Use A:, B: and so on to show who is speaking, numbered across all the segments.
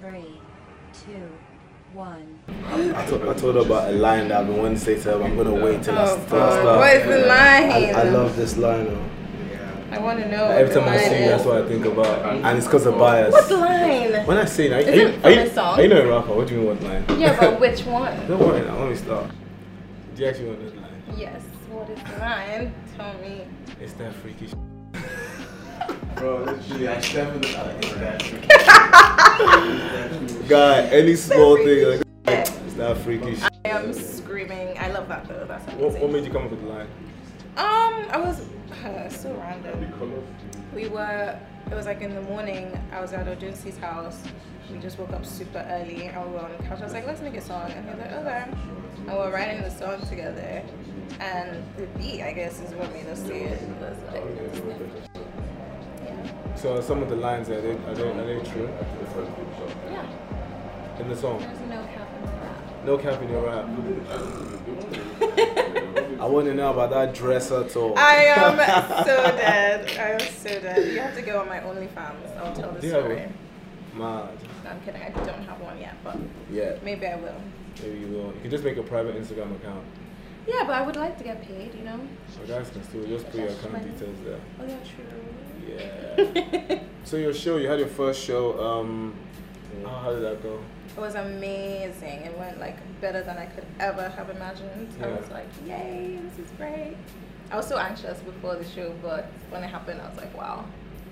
A: Three, two, one.
B: I told, I told her about a line that I've been wanting to say to her, but I'm gonna wait till I,
C: Oh,
B: till I
C: God.
B: start.
C: What is the line?
B: I, I love this line. though.
C: I want to know.
B: Every
C: what
B: time I
C: the line
B: sing,
C: is.
B: that's what I think about, and it's because of bias.
C: What line?
B: When I sing, are, you-
C: Is it
B: are
C: from
B: you
C: a song?
B: are you not a rapper? What do you mean what line?
C: Yeah, but which one?
B: Don't worry, now. Let me start. Do you actually want this line?
C: Yes. What is the line? Tell me.
B: It's that freaky.
D: Bro, literally, I definitely like that.
B: God, any small thing like it's that freaky. Sh-
C: I am screaming. I love that though. That's amazing.
B: what, what made you come up with the line?
C: Um, I was uh, so random. We were. It was like in the morning. I was at Ojunci's house. We just woke up super early. I was on the couch. I was like, let's make a song. And he was like, okay. And we're writing the song together. And the beat, I guess, is what made us do it. It was like,
B: So some of the lines are they are they, are they true
C: yeah,
B: in the song?
C: there's no cap in that.
B: No cap in your rap. I want to know about that dresser talk.
C: I am so dead. I am so dead. You have to go on my OnlyFans. I'll tell the
B: Do you have
C: story.
B: one? Mad.
C: No, I'm kidding. I don't have one yet, but
B: Yeah.
C: maybe I will.
B: Maybe you will. You can just make a private Instagram account.
C: Yeah, but I would like to get paid, you know?
B: So guys can still just put your account details there.
C: Oh, yeah, true.
B: Yeah. so your show, you had your first show. Um, how- how did that go?
C: It was amazing. It went like better than I could ever have imagined. I
B: Yeah.
C: was like, yay, this is great. I was so anxious before the show, but when it happened, I was like, wow,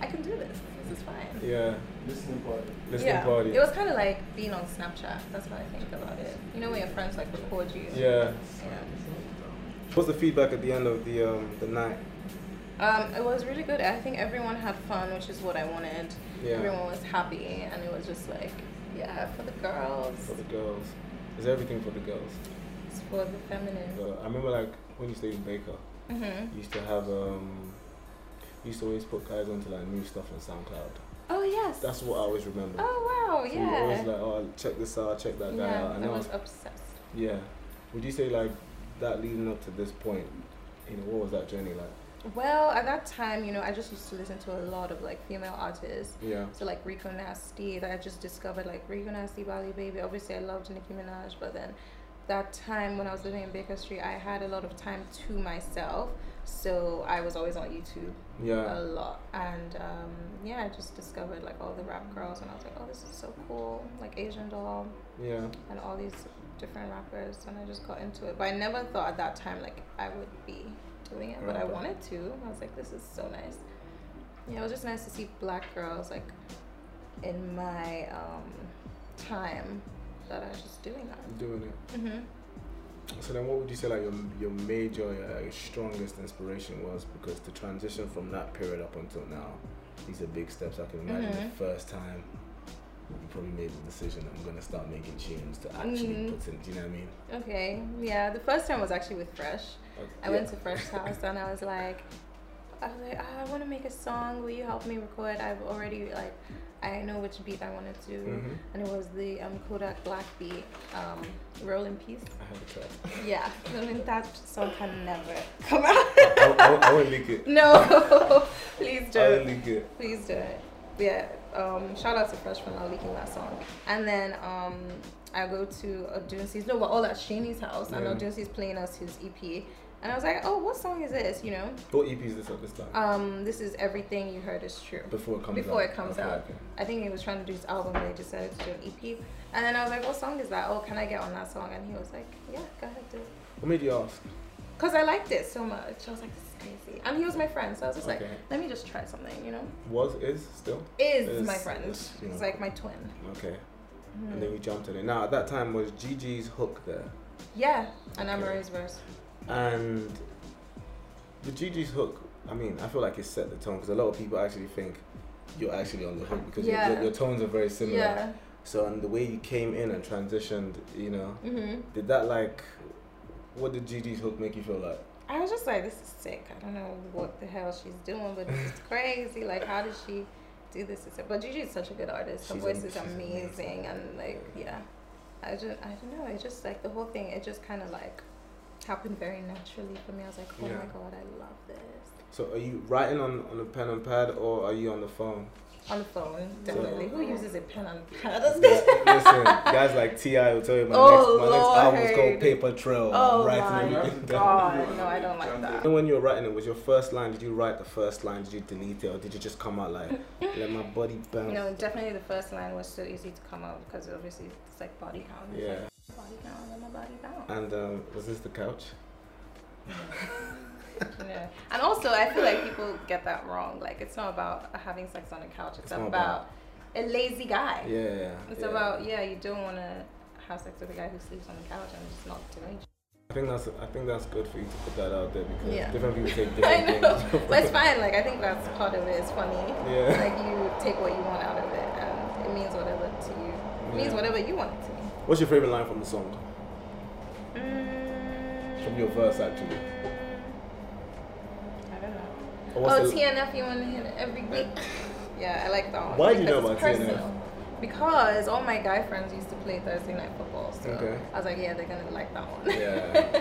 C: I can do this. This is fine.
B: Yeah.
D: Listening party.
B: Listening party.
C: It was kind of like being on Snapchat. That's what I think about it. You know when your friends like record you.
B: yeah.
C: Yeah.
B: What's the feedback at the end of the um, the night?
C: Um, it was really good. I think everyone had fun, which is what I wanted.
B: Yeah.
C: Everyone was happy, and it was just like, yeah, for the girls,
B: For the girls, it's everything for the girls.
C: it's for the feminine.
B: So I remember like when you stayed in Baker,
C: hmm
B: you used to have um, you used to always put guys onto like new stuff on SoundCloud.
C: Oh yes.
B: That's what I always remember.
C: oh wow,
B: So you always
C: yeah.
B: like, oh, check this out, check that guy out,
C: yeah,
B: and
C: I
B: that
C: was
B: was
C: obsessed.
B: yeah. Would you say like that leading up to this point? You know, what was that journey like?
C: Well, at that time, you know, I just used to listen to a lot of like female artists.
B: Yeah.
C: So like Rico Nasty, that I just discovered like Rico Nasty, Bali Baby. Obviously, I loved Nicki Minaj, but then that time when I was living in Baker Street, I had a lot of time to myself, so I was always on YouTube a
B: Yeah.
C: lot, and um, yeah, I just discovered like all the rap girls, and I was like, oh, this is so cool, like Asian Doll
B: Yeah.
C: and all these different rappers, and I just got into it. But I never thought at that time like I would be doing it, but I
B: Rapper.
C: wanted to. I was like, this is so nice. Yeah, it was just nice to see black girls like in my um, time that I was just doing that.
B: Doing it.
C: hmm
B: So then, what would you say like your your major, uh, your strongest inspiration was? Because the transition from that period up until now, these are big steps. I can imagine
C: Mhm.
B: the first time you probably made the decision that I'm gonna start making tunes to actually
C: Mhm.
B: put in. Do you know what I mean?
C: Okay, yeah. The first time was actually with Fresh.
B: Like,
C: I went to Fresh's house and I was like, I was like, "Ah, I want to make a song. Will you help me record? I've already like, I know which beat I want to do,
B: Mhm.
C: and it was the um, Kodak Black beat, um, Roll in Peace.
B: I had a track.
C: Yeah, I mean that song can never come out.
B: I, I, I won't leak it.
C: no, please
B: I won't
C: don't,
B: leak it.
C: please don't. Yeah, um, shout out to Fresh for not leaking that song. And then um, I go to Odunsi's, no, we're all at Shani's house, and
B: Yeah.
C: Odunsi's playing us his EP. And I was like, oh, what song is this? You know,
B: What EP is E this at this time?
C: um, this is everything you heard is true.
B: before it comes
C: Before
B: out.
C: it comes
B: Okay,
C: out,
B: okay.
C: I think he was trying to do his album, and they decided to do an EP. And then I was like, "What song is that? Oh, can I get on that song?" And he was like, "Yeah, go ahead, do it."
B: What made you ask?
C: Cause I liked it so much. I was like, "This is crazy." And he was my friend, so I was just
B: Okay.
C: like, "Let me just try something," you know?
B: Was is still
C: Is,
B: Is-
C: my friend.
B: is, you know.
C: He's like my twin. Hmm.
B: okay. And
C: Mm.
B: then we jumped on it. Now at that time was Gigi's hook there.
C: Yeah, and I'm
B: Okay.
C: Marie's verse.
B: And the Gigi's hook, I mean, I feel like it set the tone because a lot of people actually think you're actually on the hook because your-
C: Yeah.
B: your, your tones are very similar.
C: Yeah.
B: So, and the way you came in and transitioned, you know,
C: Mhm.
B: did that like, what did Gigi's hook make you feel like?
C: I was just like, this is sick. I don't know what the hell she's doing, but this is crazy. Like, how did she do this? It's- But Gigi is such a good artist. Her
B: She's
C: voice
B: am-
C: is
B: she's
C: amazing,
B: amazing.
C: and like, yeah. I just, I don't know. It just like the whole thing. It just kind of like happened very naturally for me. I was like, oh
B: Yeah.
C: my god, I love this.
B: So are you writing on, on a pen and pad or are you on the phone?
C: On the phone,
B: So-
C: definitely. Who uses a pen and pad?
B: Yeah, listen, guys like Ti will tell you my,
C: Oh,
B: next, my next album's
C: Lord.
B: called Paper Trail.
C: Oh
B: I'm writing
C: my
B: everything down.
C: god, no, I don't like that.
B: And when you were writing it, was your first line? Did you write the first line? Did you delete it, or did you just come out like, "Let my body bounce"?
C: No, definitely the first line was so easy to come out because obviously it's like body count. It's
B: Yeah.
C: Like, body count, let my body count.
B: And um, was this the couch?
C: Yeah. And also, I feel like people get that wrong. Like, it's not about having sex on a couch. It's,
B: It's not
C: about,
B: about-
C: a lazy guy.
B: Yeah.
C: It's
B: yeah.
C: about yeah, you don't want to have sex with a guy who sleeps on the couch and just not doing. shit.
B: I think that's I think that's good for you to put that out there because
C: Yeah.
B: different people take
C: I
B: different
C: know,
B: things.
C: but it's fine. Like, I think that's part of it. It's funny.
B: Yeah.
C: Like, you take what you want out of it, and it means whatever to you. It means
B: Yeah.
C: whatever you want it to. mean.
B: What's your favorite line from the song?
C: Mm,
B: From your verse, actually.
C: I don't know.
B: Or what's
C: oh,
B: the-
C: TNF, you want to hit every week? yeah, I like that one.
B: Why do you
C: because
B: know
C: it's
B: about TNF?
C: Because all my guy friends used to play Thursday night football, so
B: Okay.
C: I was like, yeah, they're gonna like that one.
B: Yeah.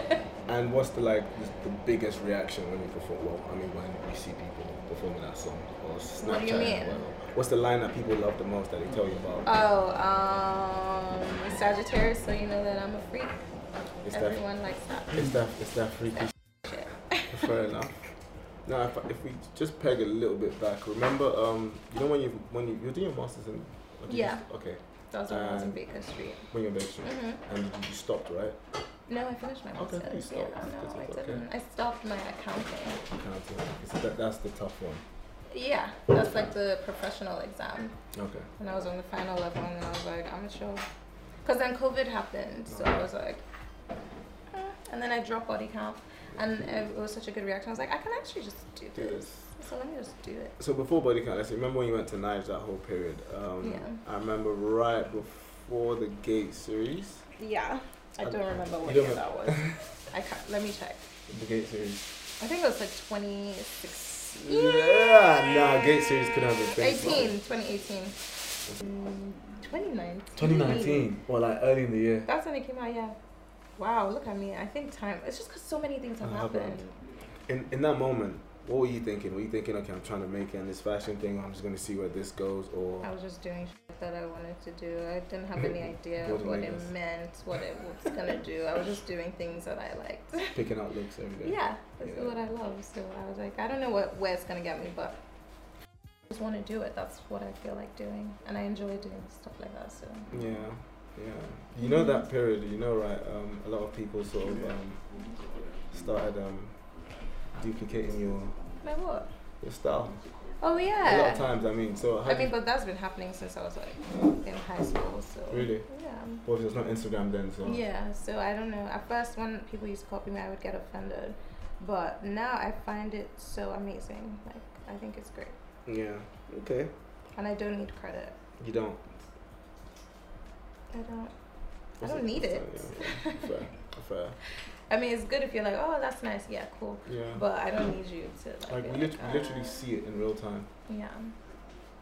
B: And what's the like the, the biggest reaction when you perform? Well, I mean, when you see people performing that song or Snapchat.
C: What do you
B: or
C: mean?
B: whatever. What's the line that people love the most that they tell you about?
C: oh, um, Sagittarius, so you know that I'm a freak.
B: It's that-
C: Everyone likes that
B: It's that it's that freaky
C: shit.
B: Fair enough. Now, if, if we just peg a little bit back, remember, um, you know when you when you you're doing your masters in, or did you-
C: Yeah.
B: okay,
C: That was when I was in
B: Um,
C: Baker Street.
B: when you're baking,
C: Mhm.
B: and you, you stopped, right?
C: No, I finished my
B: Okay,
C: master's.
B: you stopped.
C: Yeah,
B: That's
C: no, I
B: okay.
C: didn't. I stopped my
B: You
C: accounting.
B: can't do it. It's- that, that's the tough one.
C: Yeah, that's like the professional exam.
B: Okay.
C: And I was on the final level, and I was like, I'm sure. Because then COVID happened, so I was like, eh. and then I dropped body count, and it was such a good reaction. I was like, I can actually just do
B: Do
C: this.
B: this.
C: So let me just do it.
B: So before body count, let's remember when you went to knives that whole period. Um,
C: Yeah.
B: I remember right before the gate series.
C: Yeah, I
B: Um,
C: don't remember what
B: you
C: year
B: don't
C: that was. I can't, let me check.
B: The gate series.
C: I think it was like 2016.
B: Yeah. Nah, gate series couldn't have been.
C: 18, 2018. Mm, 2019.
B: 2019. Well, like early in the year.
C: That's when it came out, yeah. Wow, look at me. I think time. It's just because so many things have
B: Uh,
C: happened.
B: happened. in in that moment, what were you thinking? Were you thinking, okay, I'm trying to make it in this fashion thing. I'm just gonna see where this goes, or
C: I was just doing shit that I wanted to do. I didn't have any idea of
B: Wasn't
C: what
B: like
C: it
B: this.
C: meant, what it was gonna do. I was just doing things that I liked.
B: picking out looks every day?
C: yeah, this
B: Yeah.
C: is what I love. So I was like, I don't know what where it's gonna get me, but I just want to do it. That's what I feel like doing, and I enjoy doing stuff like that. So
B: Yeah, yeah. You know that period. You know, right? Um, a lot of people sort of um, started um, duplicating your
C: my what?
B: your style. A
C: Oh
B: lot of
C: yeah.
B: times, I mean. So how
C: I
B: do
C: mean,
B: you-
C: but that's been happening since I was like in high school. So
B: really?
C: yeah.
B: Well, there's no Instagram then, so
C: Yeah, so I don't know. At first, when people used to copy me, I would get offended, but now I find it so amazing. Like I think it's great,
B: yeah. Okay.
C: and I don't need credit.
B: You don't.
C: I don't. I don't need it.
B: Yeah, fair. Fair.
C: I mean, it's good if you're like, oh, that's nice. Yeah, cool.
B: Yeah.
C: But I don't need you to
B: like
C: like. be
B: we lit-
C: uh,
B: we literally see it in real time.
C: Yeah.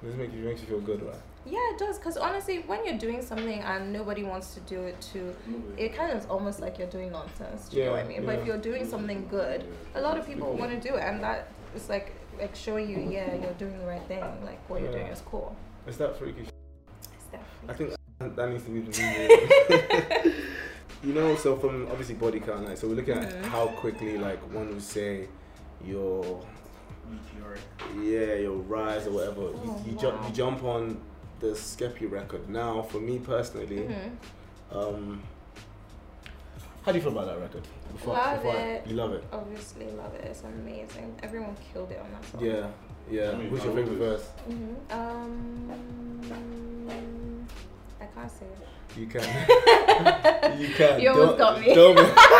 B: This makes you makes you feel good, right?
C: Yeah, it does. Cause honestly, when you're doing something and nobody wants to do it too, it kind of is almost like you're doing nonsense. Do you know what I
B: Mm-hmm. Yeah,
C: mean? But if
B: yeah.
C: you're doing something good, a lot of people want to do it, and that is like like showing you, yeah, you're doing the right thing. Like what you're doing
B: Yeah.
C: is cool.
B: It's that freaky. Sh-
C: It's definitely-
B: I think that that needs to be the new rule. You know, so from obviously body count, like, so we're looking at
C: Mhm.
B: how quickly, like, one would say your,
D: Meteoric.
B: yeah, your rise or whatever.
C: Oh,
B: you, you,
C: wow.
B: jump, you jump on the Skeppy record. Now, for me personally,
C: Mhm.
B: um, how do you feel about that record?
C: Love
B: I-
C: it.
B: you love it.
C: Obviously, love it. It's amazing. Everyone killed it on that song.
B: Yeah, yeah.
D: I mean,
B: What's your
D: I love
B: favorite
D: it.
B: verse?
C: Mhm. Um, I can't say it.
B: You can. you can.
C: You
B: don't,
C: almost got me.
B: Don't be,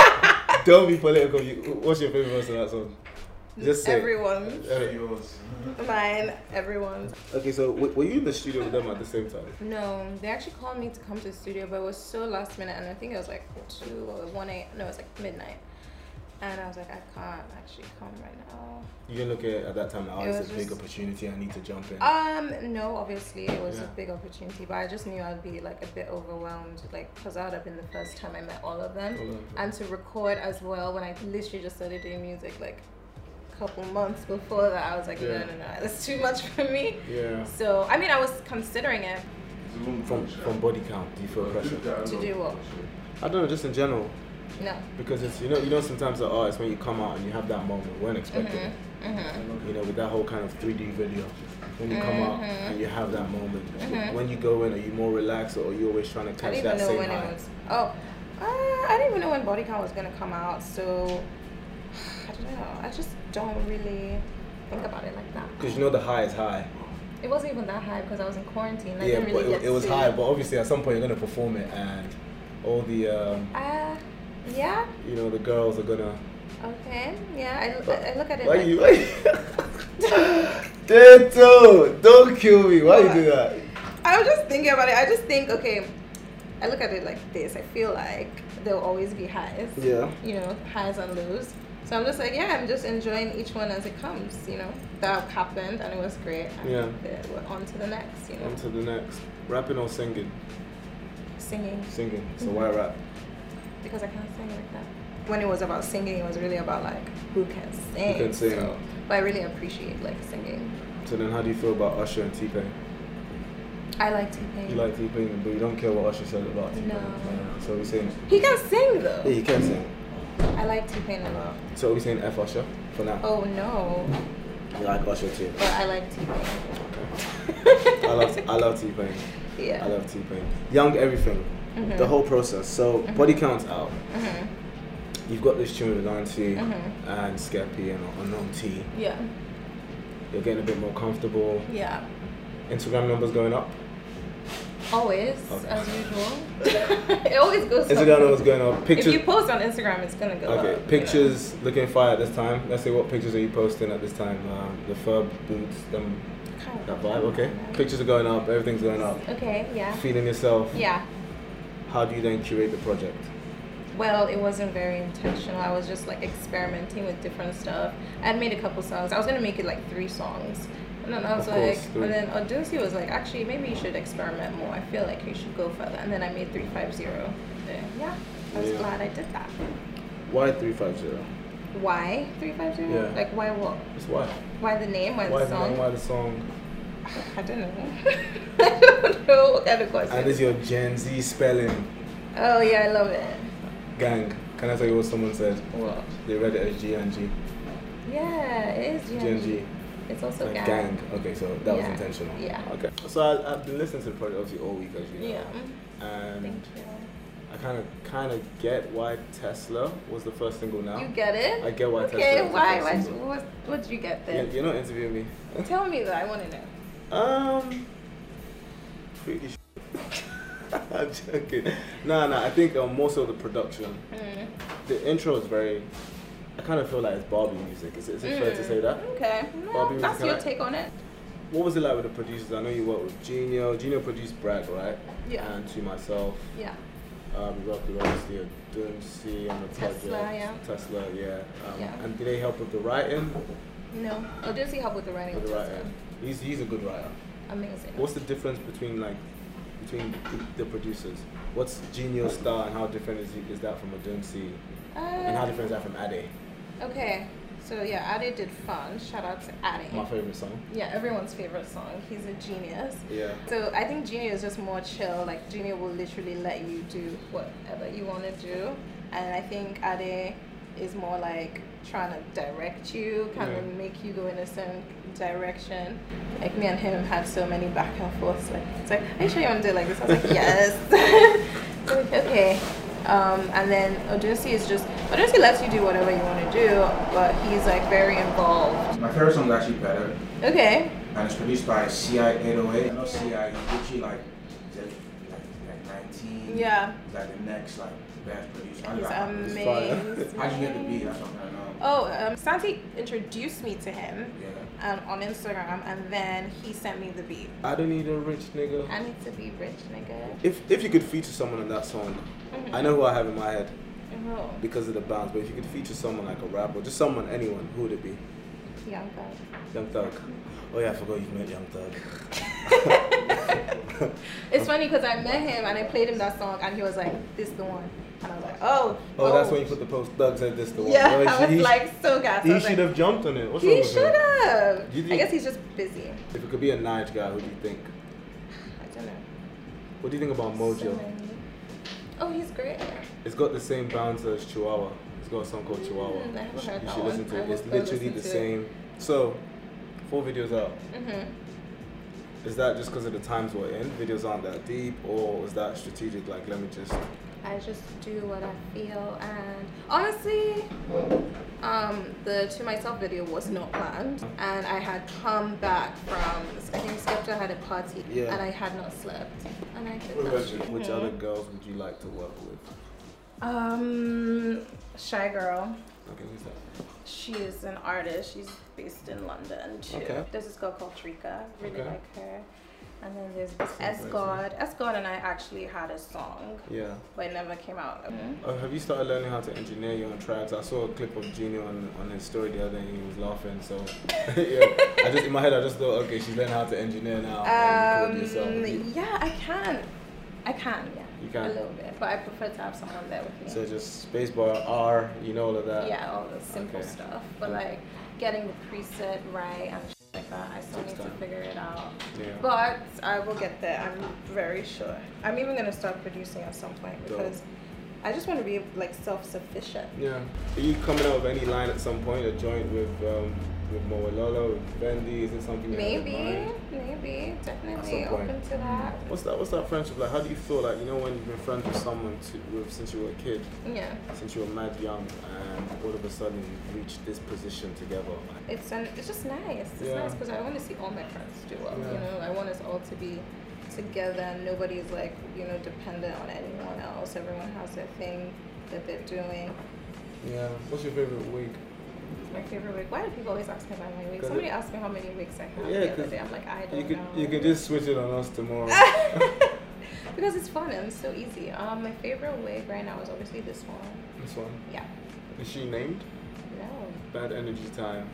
B: don't be political. You, what's your favorite verse in that song? Just say. it.
C: everyone.
B: Uh,
D: Yours.
C: Mine, everyone.
B: Okay, so w- were you in the studio with them at the same time?
C: No, they actually called me to come to the studio, but it was so last minute, and I think it was like two or one eight. No, it was like midnight, and I was like, I can't actually come right now.
B: You didn't look at it at that time. Like,
C: It
B: oh,
C: was
B: it's a big
C: just-
B: opportunity. I need to jump in.
C: Um, no, obviously it was
B: Yeah.
C: a big opportunity, but I just knew I'd be like a bit overwhelmed, like because that would have been the first time I
B: Oh,
C: met all of them,
B: Hold on.
C: and to record as well when I literally just started doing music, like couple months before that, I was like,
B: Yeah.
C: no, no, no, that's too much for me.
B: Yeah.
C: So, I mean, I was considering it.
B: From from body count, do you feel pressure?
C: To do what?
B: I don't know, just in general,
C: No.
B: because it's you know you know sometimes the artists when you come out and you have that moment, weren't expecting it.
C: Mm-hmm.
B: you know, with that whole kind of 3D video. When you come out
C: Mhm.
B: and you have that moment,
C: Mhm.
B: when you go in, are you more relaxed or are you always trying to
C: I
B: catch
C: didn't
B: that
C: even know
B: same
C: when
B: high?
C: it was. Oh, uh, I didn't even know when Body Count was gonna come out. So, I don't know. I just don't really think about it like that.
B: Because you know the high is high.
C: It wasn't even that high because I was in quarantine.
B: yeah,
C: I didn't really
B: but
C: get
B: it, it was
C: to-
B: high. But obviously, at some point, you're gonna perform it, and all the um,
C: Uh, yeah.
B: you know the girls are gonna.
C: Okay. Yeah. I, I- I look at it.
B: Why
C: like,
B: you? Why you? Deto, don't kill me. Why you do that?
C: I was just thinking about it. I just think, okay, I look at it like this. I feel like there'll always be highs.
B: Yeah.
C: You know, highs and lows. So I'm just like, yeah, I'm just enjoying each one as it comes. You know, that happened and it was great. And
B: Yeah.
C: the- We're on to the next. You know,
B: On to the next. Rapping or singing?
C: singing
B: Singing. So why rap?
C: because I can't sing like that. When it was about singing, it was really about like who can sing.
B: You can sing.
C: So, but I really appreciate like singing.
B: So then, how do you feel about Usher and T Pain?
C: I like to sing.
B: You like T Pain, but you don't care what Usher said about T Pain.
C: No.
B: So we saying.
C: he can sing though.
B: Yeah, you can sing.
C: I like T Pain a lot.
B: So we saying F Usher for now.
C: Oh no,
B: You like Usher too.
C: but I like T Pain.
B: I love I love T Pain.
C: Yeah.
B: I love T Pain. Young everything,
C: Mhm.
B: the whole process. So
C: Mm-hmm.
B: body counts out.
C: Mhm.
B: You've got this tune with Auntie
C: Mhm.
B: and Skeppy and Unknown T.
C: Yeah.
B: You're getting a bit more comfortable.
C: Yeah. Mm-hmm.
B: Instagram numbers going up.
C: Always,
B: Okay.
C: as usual. it always goes. up.
B: Instagram numbers going up.
C: If you
B: Pictures.
C: post on Instagram, it's gonna go up.
B: Okay,
C: you
B: pictures looking fire at this time. Let's see what pictures are you posting at this time. Um, the fur boots, them,
C: know. Kind
B: that
C: of.
B: vibe. Okay, pictures are going up. Everything's going up.
C: Okay. Yeah.
B: Feeling yourself.
C: Yeah.
B: How do you then curate the project?
C: Well, it wasn't very intentional. I was just like experimenting with different stuff. I'd made a couple songs. I was gonna make it like three songs. And then I was
B: Of course,
C: like,
B: three.
C: and then Odunsi was like, actually, maybe you should experiment more. I feel like you should go further. And then I made 350. Then, Yeah, I was
B: Yeah.
C: glad I did that.
B: Why three five zero?
C: Why 350?
B: Yeah.
C: Like, why what?
B: It's why.
C: Why the name? Why,
B: Why
C: the
B: the
C: song?
B: name? Why the song?
C: I don't know. I don't know what kind of question.
B: And it's your Gen Z spelling,
C: oh yeah, I love it.
B: gang. Can I tell you what someone said?
C: What?
B: They read it as G and G,
C: Yeah, it is
B: Gen G,
C: It's also
B: and
C: gang.
B: gang. Okay, so that was
C: Yeah.
B: intentional.
C: Yeah.
B: Okay. So I, I've been listening to the project obviously all week, as you know.
C: Yeah.
B: Mm.
C: Thank
B: And
C: you.
B: I kind of kind of get why Tesla was the first single now.
C: You get it?
B: I get why
C: Okay,
B: Tesla. Was
C: why?
B: the
C: Why?
B: first single.
C: What? What did you get
B: You-
C: then?
B: You're not interviewing me.
C: Tell me that. I want to know.
B: Um, pretty. Sh- I'm joking. No, no. I think um, more so the production.
C: Mm.
B: The intro is very. I kind of feel like it's Barbie music. Is it, is it fair to
C: Mm.
B: say that?
C: Okay. No,
B: Bobby,
C: that's
B: can
C: your
B: I-
C: take on it.
B: What was it like with the producers? I know you worked with Genio. Genio produced Bragg, right?
C: Yeah.
B: And to myself,
C: Yeah.
B: um, we worked with obviously a Dunsi on the project.
C: Tesla, yeah.
B: Tesla, yeah. Um,
C: Yeah.
B: And did they help with the writing?
C: No. Oh, did see help with the writing?
B: With the
C: Just,
B: writing. He's, he's a good writer.
C: uh, Amazing.
B: What's the difference between like between the, the producers? What's Genio's style and how different is, he- is that from a Dunsi?
C: Uh,
B: And how different is that from Ade?
C: okay. So yeah, Ade did fun. Shout out to Ade.
B: My favorite song.
C: Yeah, everyone's favorite song. He's a genius.
B: Yeah.
C: So I think Junior is just more chill. Like Junior will literally let you do whatever you want to do, and I think Ade is more like trying to direct you, kind of
B: Yeah.
C: make you go in a certain direction. Like me and him had so many back and forths. Like it's like, are you sure you want to do it like this? I was like, yes. Like, okay. Um, and then Odunsi is just Odunsi lets you do whatever you want to do, but he's like very involved.
D: My favorite song is actually better,
C: Okay.
D: and it's produced by CI808. I know CI, he's literally like, he's like, like, like 19.
C: Yeah.
D: He's like the next like best producer. I'm
C: He's
D: like,
B: fire.
C: amazing.
D: How'd you get the beat? That's what I don't know.
C: Oh, um, Santi introduced me to him
D: Yeah.
C: um, on Instagram, and then he sent me the beat.
B: I don't need a rich nigga.
C: I need to be rich, nigga.
B: If if you could feature someone on that song, I know who I have in my head
C: Oh,
B: because of the bounce. But if you could feature someone like a rapper, just someone, anyone, who would it be?
C: young thug.
B: Young Thug. Oh yeah, I forgot you met Young Thug.
C: It's funny because I met him and I played him that song, and he was like, "This the one," and I was like, like, oh.
B: Oh, that's when you put the post. Doug said this the one.
C: Yeah,
B: Oh, he-
C: I was
B: he-
C: like so gassed. I
B: He
C: was
B: should
C: like,
B: have jumped on it. What's wrong
C: He
B: with him?
C: should have.
B: Do you
C: I
B: think-
C: guess he's just busy.
B: If it could be a Nige guy, who do you think?
C: I don't know.
B: What do you think about
C: So
B: Mojo?
C: many. Oh, he's great.
B: It's got the same bounce as Chihuahua. It's got a song called Chihuahua.
C: Mm, I haven't
B: you should,
C: heard
B: you
C: that
B: should
C: one.
B: listen to
C: I
B: it.
C: will
B: It's
C: go
B: literally the
C: listen to it.
B: same. So, four videos out.
C: Mm-hmm.
B: Is that just because of the times we're in? Videos aren't that deep, or is that strategic? Like, let me just.
C: I just do what I feel, and honestly, um, the to myself video was not planned, and I had come back from I think Skepta had a party,
B: Yeah.
C: and I had not slept, and I did
D: What
C: that.
D: about you?
B: Which other girls would you like to work with?
C: Um, shy girl.
B: Okay, who's that?
C: She is an artist. She's based in London too.
B: Okay.
C: There's this girl called Trika. Really
B: Okay.
C: like her. And then there's this
B: Sounds
C: S God. S God and I actually had a song,
B: Yeah.
C: but it never came out.
B: Uh, have you started learning how to engineer your own tracks? I saw a clip of Genie on, on his story the other day and he was laughing. So, yeah, I just in my head I just thought, okay, she's learning how to engineer now. and
C: Um,
B: record yourself. You-
C: yeah, I can. I can, yeah.
B: You can.
C: A little bit, but I prefer to have someone there with me.
B: So just spacebar R, you know all of that.
C: yeah, all the simple
B: okay.
C: stuff. But
B: Yeah.
C: like getting the preset right and shit like that, I still
B: Takes
C: need to
B: time.
C: figure it out.
B: Yeah.
C: But I will get there, I'm very sure. I'm even gonna start producing at some point
B: Dope.
C: because I just wanna be like self sufficient.
B: Yeah. Are you coming out with any line at some point? A joint with um, with Moelola, with Fendi? Is it something you have in
C: Maybe,
B: mind?
C: maybe, definitely
B: point.
C: open to that.
B: What's that? What's that friendship like? How do you feel like you know when you've been friends with someone to, with since you were a kid,
C: Yeah.
B: since you were mad young, and all of a sudden you reach this position together? Like,
C: it's an, it's just nice. It's
B: Yeah.
C: nice because I want to see all my friends do well. You
B: Yeah.
C: know, I want us all to be together. and Nobody is like you know dependent on anyone else. Everyone has their thing that they're doing.
B: yeah. What's your favorite wig?
C: My favorite wig. Why do people always ask me about my wig?
B: 'Cause
C: Somebody
B: it-
C: asked me how many wigs I have
B: Yeah,
C: the
B: 'cause
C: other day. I'm like, I don't
B: You could
C: know.
B: you could just switch it on us tomorrow.
C: because it's fun and it's so easy. Um, my favorite wig right now is obviously this one.
B: this one.
C: Yeah.
B: Is she named?
C: No.
B: Bad energy time.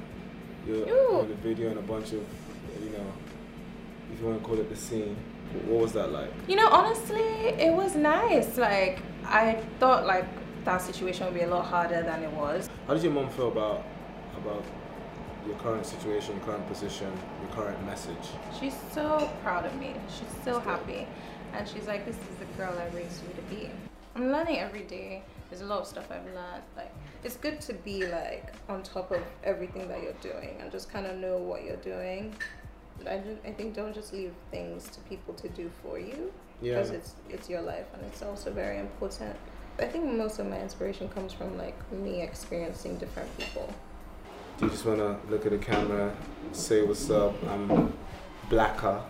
B: You're
C: Ew.
B: on the video and a bunch of, you know, if you want to call it the scene. Wh- What was that like?
C: You know, honestly, it was nice. Like I thought, like that situation would be a lot harder than it was.
B: How did your mom feel about about your current situation, your current position, your current message?
C: She's so proud of me. She's so happy. And she's like, this is the girl I raised you to be. I'm learning every day. There's a lot of stuff I've learned. Like, it's good to be like on top of everything that you're doing and just kind of know what you're doing. But I, ju- I think don't just leave things to people to do for you
B: Yeah.
C: because it's it's your life and it's also very important. I think most of my inspiration comes from like me experiencing different people.
B: Do you just want to look at the camera, say what's up? I'm Blacker,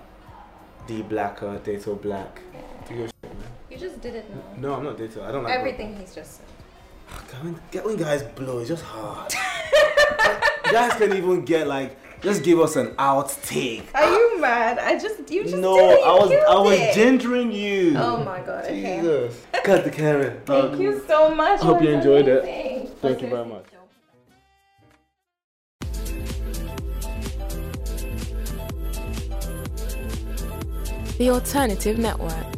B: D Blacker, Dato Black. Do your shit, man.
C: You just did it now.
B: No, I'm not Dato. I don't like
C: Everything he's just said.
B: Get when, get when guys blow, it's just hard. guys can even get like, just give us an outtake.
C: Are you mad? I just you just
B: no,
C: did it. You
B: I was I
C: killed
B: was
C: it.
B: gingering you.
C: Oh my god! Okay.
B: Jesus. Cut the camera.
C: Thank you so much.
B: I hope you
C: That's
B: enjoyed it.
C: amazing.
B: Thank you very much.
E: The Alternative Network.